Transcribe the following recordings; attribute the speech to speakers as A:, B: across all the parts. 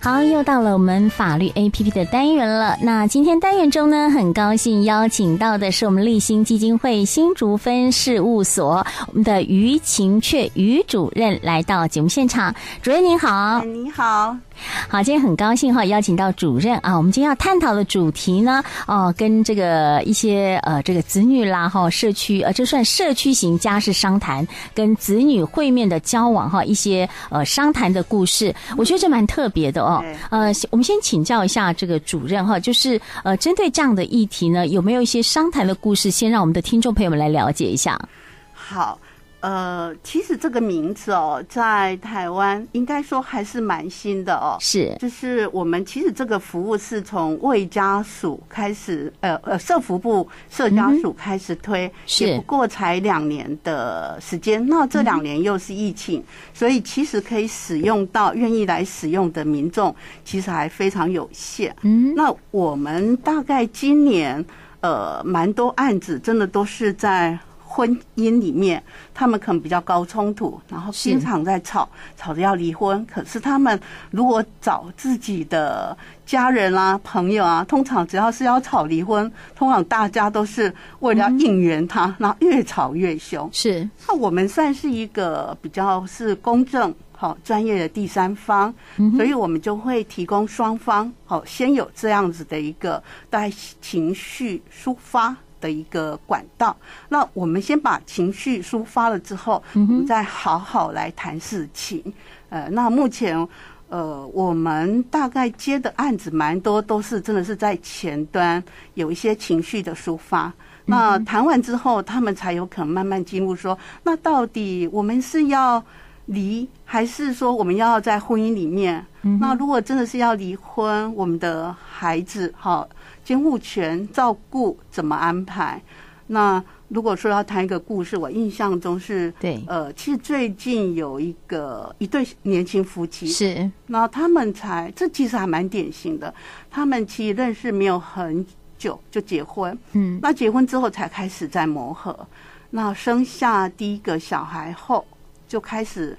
A: 好，又到了我们法律 A P P 的单元了。那今天单元中呢，很高兴邀请到的是我们立新基金会新竹分事务所我们的于晴雀于主任来到节目现场。主任您好，
B: 哎你好，
A: 好，今天很高兴哈、邀请到主任啊。我们今天要探讨的主题呢，哦、跟这个一些呃，这个子女啦哈、社区呃，这算社区型家事商谈，跟子女会面的交往哈、一些呃商谈的故事，我觉得这蛮特别的哦
B: 对。
A: 呃，我们先请教一下这个主任哈、就是呃，针对这样的议题呢，有没有一些商谈的故事，先让我们的听众朋友们来了解一下？
B: 好。呃，其实这个名字哦，在台湾应该说还是蛮新的哦。
A: 是
B: 就是我们其实这个服务是从卫家署开始，呃呃，社服部社家署开始推，
A: 是
B: 也不过才两年的时间。那这两年又是疫情，所以其实可以使用到愿意来使用的民众，其实还非常有限。
A: 嗯，
B: 那我们大概今年呃，蛮多案子真的都是在。婚姻里面，他们可能比较高冲突，然后
A: 是
B: 经常在吵，吵着要离婚。可是他们如果找自己的家人啊、朋友啊，通常只要是要吵离婚，通常大家都是为了要应援他，然后越吵越凶。
A: 是
B: 那我们算是一个比较是公正、好、专业的第三方，所以我们就会提供双方好、先有这样子的一个带情绪抒发。的一个管道，那我们先把情绪抒发了之后，我们再好好来谈事情。呃，那目前呃，我们大概接的案子蛮多，都是真的是在前端有一些情绪的抒发。那谈完之后，他们才有可能慢慢进入说，那到底我们是要离，还是说我们要在婚姻里面？那如果真的是要离婚，我们的孩子哈，监护权、照顾怎么安排？那如果说要谈一个故事，我印象中是
A: 对
B: 呃，其实最近有一个一对年轻夫妻，
A: 是，
B: 那他们才这其实还蛮典型的，他们其实认识没有很久就结婚，
A: 嗯
B: 那结婚之后才开始在磨合，那生下第一个小孩后就开始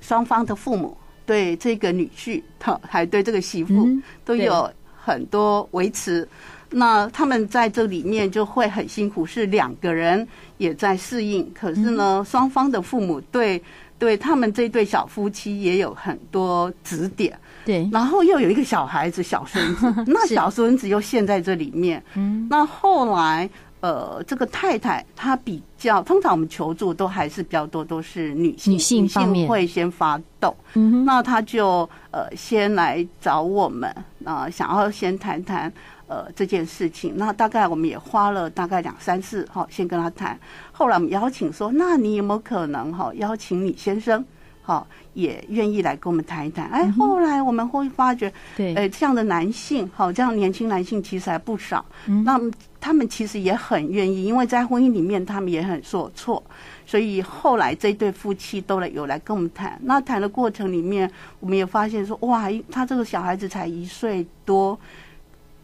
B: 双方的父母对这个女婿，哈还对这个媳妇、
A: 嗯
B: 都有很多维持。那他们在这里面就会很辛苦，是两个人也在适应。可是呢，双方的父母对对他们这对小夫妻也有很多指点。
A: 对，
B: 然后又有一个小孩子、小孙子，那小孙子又陷在这里面。嗯，那后来呃，这个太太她比较，通常我们求助都还是比较多，都是女性，
A: 女性方面
B: 会先发动。
A: 嗯哼，
B: 那她就呃先来找我们，那、想要先谈谈。呃，这件事情，那大概我们也花了大概两三次，哈、先跟她谈。后来我们邀请说，那你有没有可能哈、邀请你先生，好、也愿意来跟我们谈一谈？
A: 嗯
B: 哎，后来我们会发觉，
A: 对，
B: 呃，这样的男性，好、这样年轻男性其实还不少。那么他们其实也很愿意，因为在婚姻里面他们也很受挫，所以后来这对夫妻都来有来跟我们谈。那谈的过程里面，我们也发现说，哇，他这个小孩子才一岁多，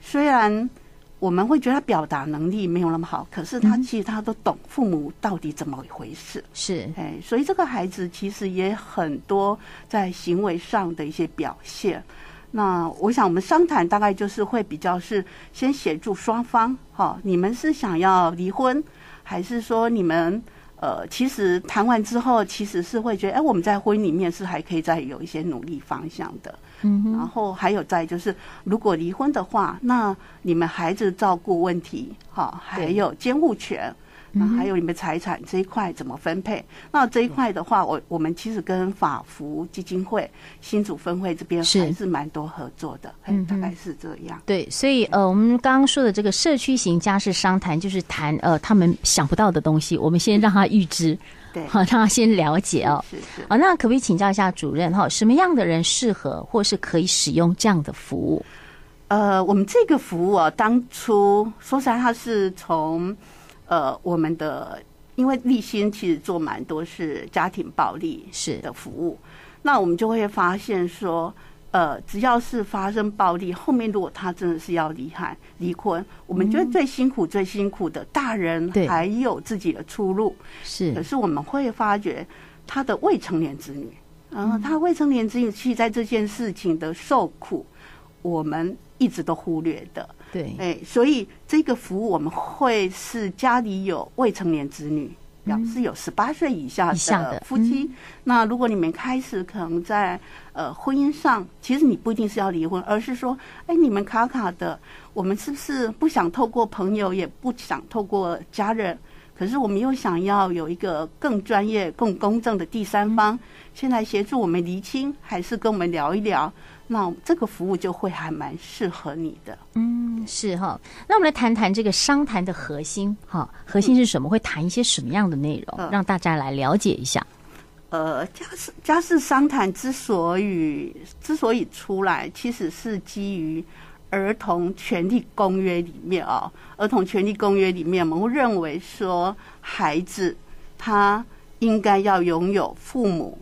B: 虽然。我们会觉得他表达能力没有那么好，可是他其实他都懂父母到底怎么一回事。
A: 是
B: 哎，所以这个孩子其实也很多在行为上的一些表现。那我想，我们商谈大概就是会比较是先协助双方，哈、你们是想要离婚，还是说你们呃，其实谈完之后，其实是会觉得，哎，我们在婚姻里面是还可以再有一些努力方向的。
A: 嗯哼，
B: 然后还有再就是，如果离婚的话，那你们孩子照顾问题，哈，还
A: 对嗯
B: 有监护权，那还有你们财产这一块怎么分配？那这一块的话，我我们其实跟法服基金会新竹分会这边
A: 是嗯
B: 还是蛮多合作的，哎大概是这样。
A: 对，所以呃，我们刚刚说的这个社区型家事商谈，就是谈呃他们想不到的东西，我们先让他预知，
B: 对，
A: 好、让他先了解哦。
B: 是是。
A: 啊，那可不可以请教一下主任哈、什么样的人适合或是可以使用这样的服务？
B: 呃，我们这个服务啊，当初说实在，它是从呃我们的，因为立新其实做蛮多是家庭暴力
A: 是
B: 的服务，那我们就会发现说，呃，只要是发生暴力，后面如果他真的是要离害离婚，我们觉得最辛苦、最辛苦的大人
A: 对
B: 还有自己的出路，
A: 是
B: 可是我们会发觉他的未成年子女然后他未成年子女其实在这件事情的受苦，我们一直都忽略的。
A: 对，
B: 哎，所以这个服务我们会是家里有未成年子女，表示有十八岁以下
A: 嗯以下的嗯
B: 的夫妻。那如果你们开始可能在呃婚姻上，其实你不一定是要离婚，而是说，哎，你们卡卡的，我们是不是不想透过朋友，也不想透过家人？可是我们又想要有一个更专业、更公正的第三
A: 嗯
B: 方，先来协助我们厘清，还是跟我们聊一聊？那这个服务就会还蛮适合你的。
A: 嗯，是哈。那我们来谈谈这个商谈的核心哈，核心是什么？会谈一些什么样的内容，
B: 嗯
A: 让大家来了解一下？
B: 呃，家事家事商谈之所以之所以出来，其实是基于《儿童权利公约》里面哦，《儿童权利公约》里面，我们会认为说，孩子他应该要拥有父母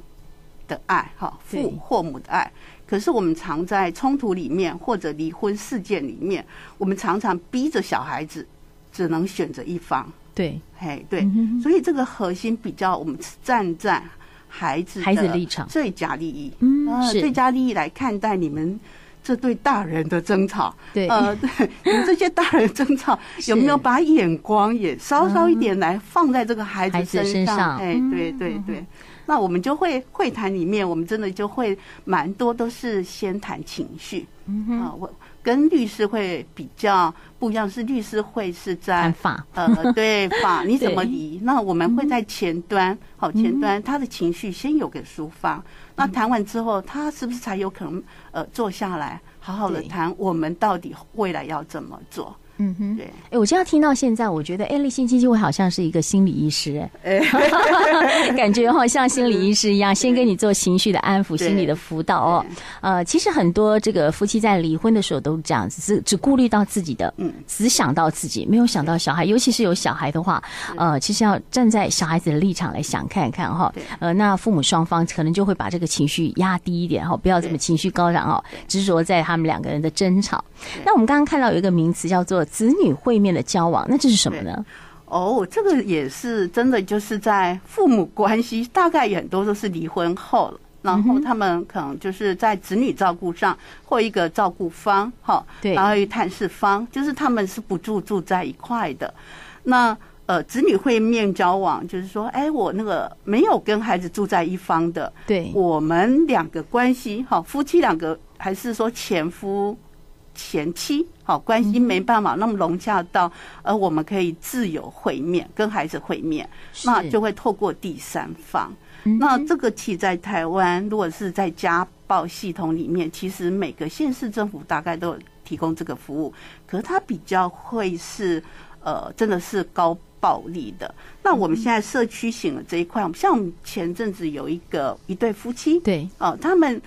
B: 的爱，哈，
A: 对
B: 父或母的爱。可是我们常在冲突里面或者离婚事件里面，我们常常逼着小孩子只能选择一方。
A: 对，
B: 嘿，对
A: 嗯哼，哼
B: 所以这个核心比较，我们是站在孩子的
A: 孩子立场
B: 最佳利益，
A: 嗯
B: 呃
A: 是
B: 最佳利益来看待你们这对大人的争吵，
A: 对
B: 呃， 对，你们这些大人争 吵有没有把眼光也稍稍一点来放在这个孩
A: 孩
B: 子
A: 子身
B: 身
A: 上嗯
B: 上？哎，对对对，那我们就会会谈里面，我们真的就会蛮多都是先谈情绪，
A: 嗯
B: 啊，我跟律师会比较不一样，是律师会是在
A: 谈法，
B: 呃， 对法，你怎么
A: 对嗯
B: 离？那我们会在前端，好，前端他的情绪先有个抒发。那谈完之后，他是不是才有可能呃坐下来，好好的
A: 对
B: 谈我们到底未来要怎么做？
A: 嗯哼。
B: 对，
A: 哎，我这样听到现在，我觉得哎，立新基金会好像是一个心理医师，哎， 感觉好像心理医师一样，先给你做情绪的安抚、
B: 对
A: 心理的辅导哦。呃，其实很多这个夫妻在离婚的时候都是这样子，只只顾虑到自己的，
B: 嗯
A: 只想到自己，没有想到小孩，尤其是有小孩的话，呃，其实要站在小孩子的立场来想看看哈、
B: 对
A: 呃，那父母双方可能就会把这个情绪压低一点哈、不要这么
B: 对
A: 情绪高涨哦，执着在他们两个人的争吵。那我们刚刚看到有一个名词叫做子女会面的交往，那这是什么呢？
B: 哦，这个也是真的，就是在父母关系，大概也很多都是离婚后了。然后他们可能就是在子女照顾上，或一个照顾方，哈，
A: 对
B: 然后一探视方，就是他们是不住住在一块的。那呃，子女会面交往，就是说，哎，我那个没有跟孩子住在一方的，
A: 对
B: 我们两个关系，哈，夫妻两个还是说前夫前妻，好关系没办法那么融洽到，而我们可以自由会面，跟孩子会面，
A: 是
B: 那就会透过第三方。那这个其实在台湾，如果是在家暴系统里面，其实每个县市政府大概都有提供这个服务，可是它比较会是呃，真的是高暴力的。那我们现在社区型的这一块，我们像我们前阵子有一个一对夫妻，
A: 对，
B: 哦，他们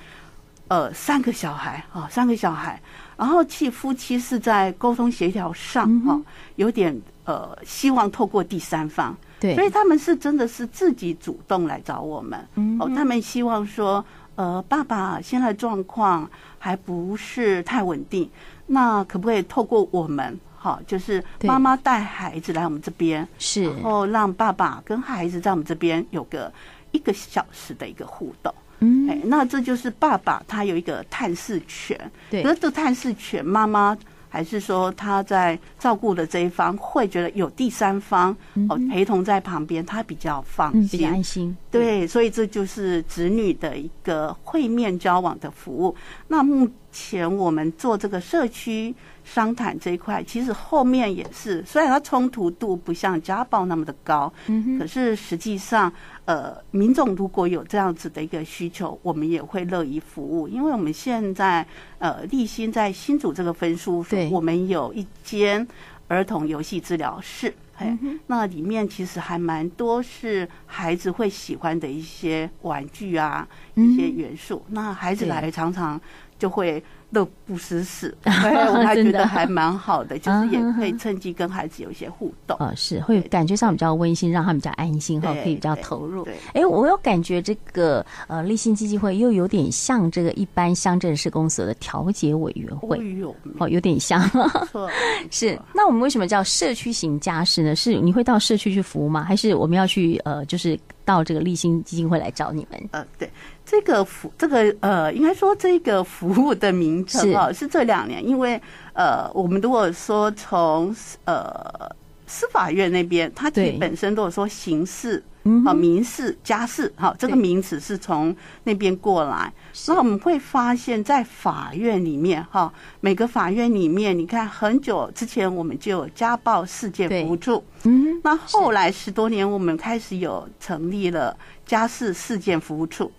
B: 呃三个小孩啊、哦，三个小孩，然后其实夫妻是在沟通协调上哈、哦，有点呃希望透过第三方，
A: 对
B: 所以他们是真的是自己主动来找我们，
A: 嗯
B: 哦，他们希望说。呃，爸爸现在状况还不是太稳定，那可不可以透过我们，好，就是
A: 对
B: 妈妈带孩子来我们这边，
A: 是
B: 然后让爸爸跟孩子在我们这边有个一个小时的一个互动。
A: 嗯
B: 哎，那这就是爸爸他有一个探视权，
A: 对
B: 可是这探视权，妈妈还是说他在照顾的这一方会觉得有第三方、哦陪同在旁边，他比较放
A: 嗯，比
B: 心
A: 较。安心。
B: 对，所以这就是子女的一个会面交往的服务。那目前我们做这个社区商谈这一块，其实后面也是，虽然它冲突度不像家暴那么的高，嗯，可是实际上，呃，民众如果有这样子的一个需求，我们也会乐于服务，因为我们现在呃，立新在新竹这个分事务所
A: 对，
B: 我们有一间儿童游戏治疗室。嘿，
A: 嗯
B: 那里面其实还蛮多是孩子会喜欢的一些玩具啊，
A: 嗯
B: 一些元素。那孩子
A: 对
B: 来常常就会乐不思死， 哎我还觉
A: 真的
B: 得还蛮好的，就
A: 啊
B: 是
A: 哈
B: 也
A: 哈
B: 可以趁机跟孩子有一些互动。
A: 呃，是会感觉上比较温馨，让他们比较安心哈，
B: 对
A: 可以比较
B: 对
A: 投入。
B: 对
A: 哎，我有感觉这个呃立信基金会又有点像这个一般乡镇市公所的调解委员
B: 哎
A: 会，
B: 呦，
A: 哦，有点 像。
B: 没错，
A: 是，那我们为什么叫社区型家事呢？是你会到社区去服务吗？还是我们要去呃，就是到这个立新基金会来找你们？
B: 呃，对，这个服这个呃，应该说这个服务的名称
A: 是
B: 啊、哦，是这两年，因为呃，我们如果说从呃司法院那边，它自己
A: 对
B: 本身如果说刑事。
A: 嗯
B: 好，民事、家事，好，这个
A: 对
B: 名词是从那边过来。那我们会发现，在法院里面，哈，每个法院里面，你看很久之前我们就有家暴事件
A: 对
B: 补助，
A: 嗯
B: 那后来十多年，我们开始有成立了家事事件服务处，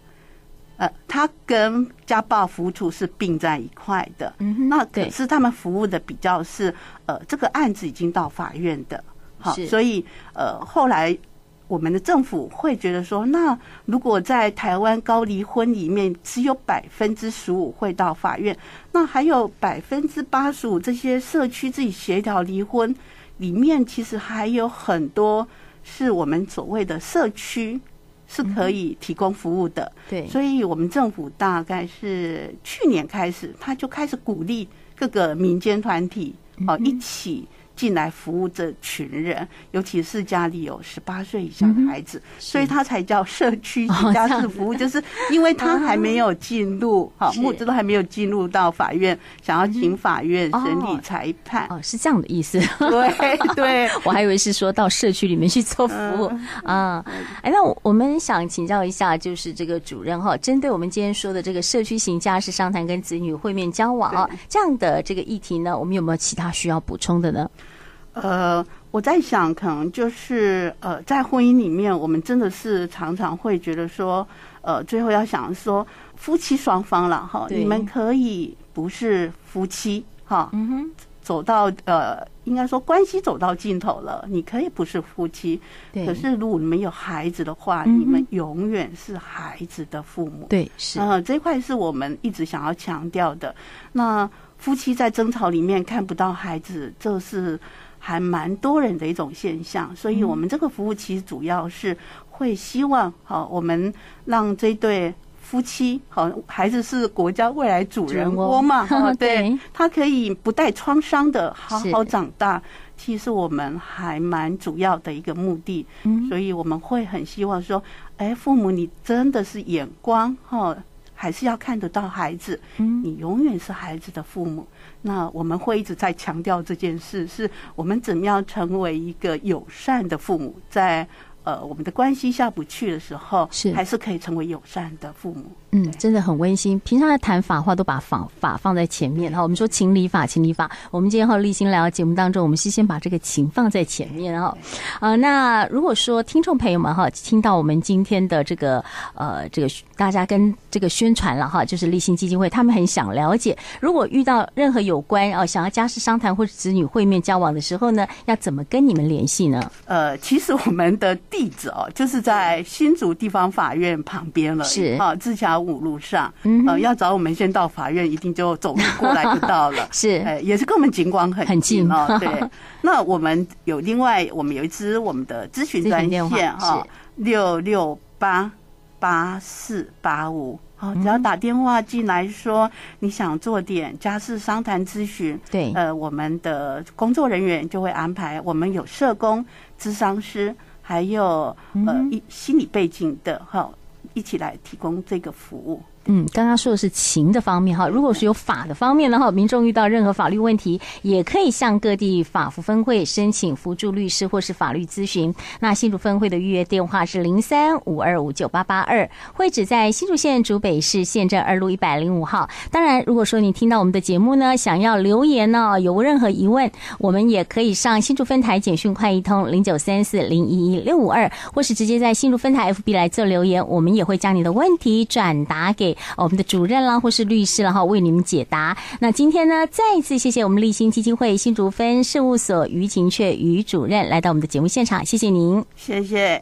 B: 呃，它跟家暴服务处是并在一块的。
A: 嗯哼
B: 那
A: 对
B: 可是他们服务的比较是，呃，这个案子已经到法院的，好
A: 是，
B: 所以呃，后来我们的政府会觉得说，那如果在台湾高离婚里面只有百分之十五会到法院，那还有百分之八十五这些社区自己协调离婚，里面其实还有很多是我们所谓的社区是
A: 嗯
B: 可以提供服务的。
A: 对，
B: 所以我们政府大概是去年开始，他就开始鼓励各个民间团体
A: 嗯
B: 哦、一起进来服务这群人，尤其是家里有十八岁以上的孩
A: 嗯
B: 子，所以他才叫社区
A: 哦
B: 及家
A: 这样
B: 事 服务，就是因为他还没有进入，好、
A: 是
B: 募资都还没有进入到法院，想要请法院审理
A: 嗯哦
B: 裁判。
A: 哦，是这样的意思。
B: 对对，
A: 我还以为是说到社区里面去做服务啊、哎，那我我们想请教一下，就是这个主任哈，针对我们今天说的这个社区型家事商谈跟子女会面交往啊这样的这个议题呢，我们有没有其他需要补充的呢？
B: 呃，我在想，可能就是呃，在婚姻里面，我们真的是常常会觉得说，呃，最后要想说夫妻双方了哈，
A: 对
B: 你们可以不是夫妻哈，
A: 嗯哼，
B: 走到呃，应该说关系走到尽头了，你可以不是夫妻，
A: 对，
B: 可是如果你们有孩子的话，
A: 嗯哼
B: 你们永远是孩子的父母。
A: 对是、
B: 呃，这一块是我们一直想要强调的。那夫妻在争吵里面看不到孩子，这是还蛮多人的一种现象。所以我们这个服务其实主要是会希望，好、我们让这对。夫妻好，孩子是国家未来主人翁 嘛，
A: 主人翁
B: 哈对
A: 对，
B: 他可以不带创伤的好
A: 是
B: 好长大，其实我们还蛮主要的一个目的。
A: 嗯，
B: 所以我们会很希望说，哎，父母你真的是眼光哈、哦，还是要看得到孩子，
A: 嗯
B: 你永远是孩子的父母。那我们会一直在强调这件事，是我们怎么样成为一个友善的父母，在呃我们的关系下不去的时候，
A: 是
B: 还是可以成为友善的父母。
A: 嗯，真的很温馨。平常在谈法话都把法法放在前面哈，我们说情理法，情理法。我们今天和立新聊节目当中，我们是先把这个情放在前面哈。呃，那如果说听众朋友们哈，听到我们今天的这个呃这个大家跟这个宣传了哈，就是立新基金会，他们很想了解，如果遇到任何有关呃想要家事商谈或者子女会面交往的时候呢，要怎么跟你们联系呢？
B: 呃，其实我们的地址哦，就是在新竹地方法院旁边了，
A: 是
B: 啊，自强五路上。
A: 嗯哼。
B: 呃，要找我们先到法院，一定就走路过来就到了
A: 是
B: 哎，也是跟我们警广
A: 很
B: 很
A: 近
B: 近哦。 对，那我们有另外，我们有一支我们的咨询专
A: 咨询电
B: 线
A: 话
B: 哈，六六八八四八五。好，只要打电话进来说你想做点家事商谈咨询，
A: 对
B: 呃，我们的工作人员就会安排，我们有社工、咨商师，还有呃
A: 嗯
B: 一心理背景的哈，一起来提供这个服务。
A: 嗯，刚刚说的是情的方面哈，如果是有法的方面的话，民众遇到任何法律问题，也可以向各地法服分会申请辅助律师或是法律咨询。那新竹分会的预约电话是零三五二五九八八二，会址在新竹县竹北市县政二路一百零五号。当然，如果说你听到我们的节目呢，想要留言呢、有任何疑问，我们也可以上新竹分台简讯快一通零九三四零一一六五二，或是直接在新竹分台 FB 来做留言，我们也会将你的问题转达给呃我们的主任啦，或是律师啦哈，为你们解答。那今天呢，再一次谢谢我们立新基金会新竹分事务所于晴雀于主任来到我们的节目现场，谢谢您。
B: 谢谢。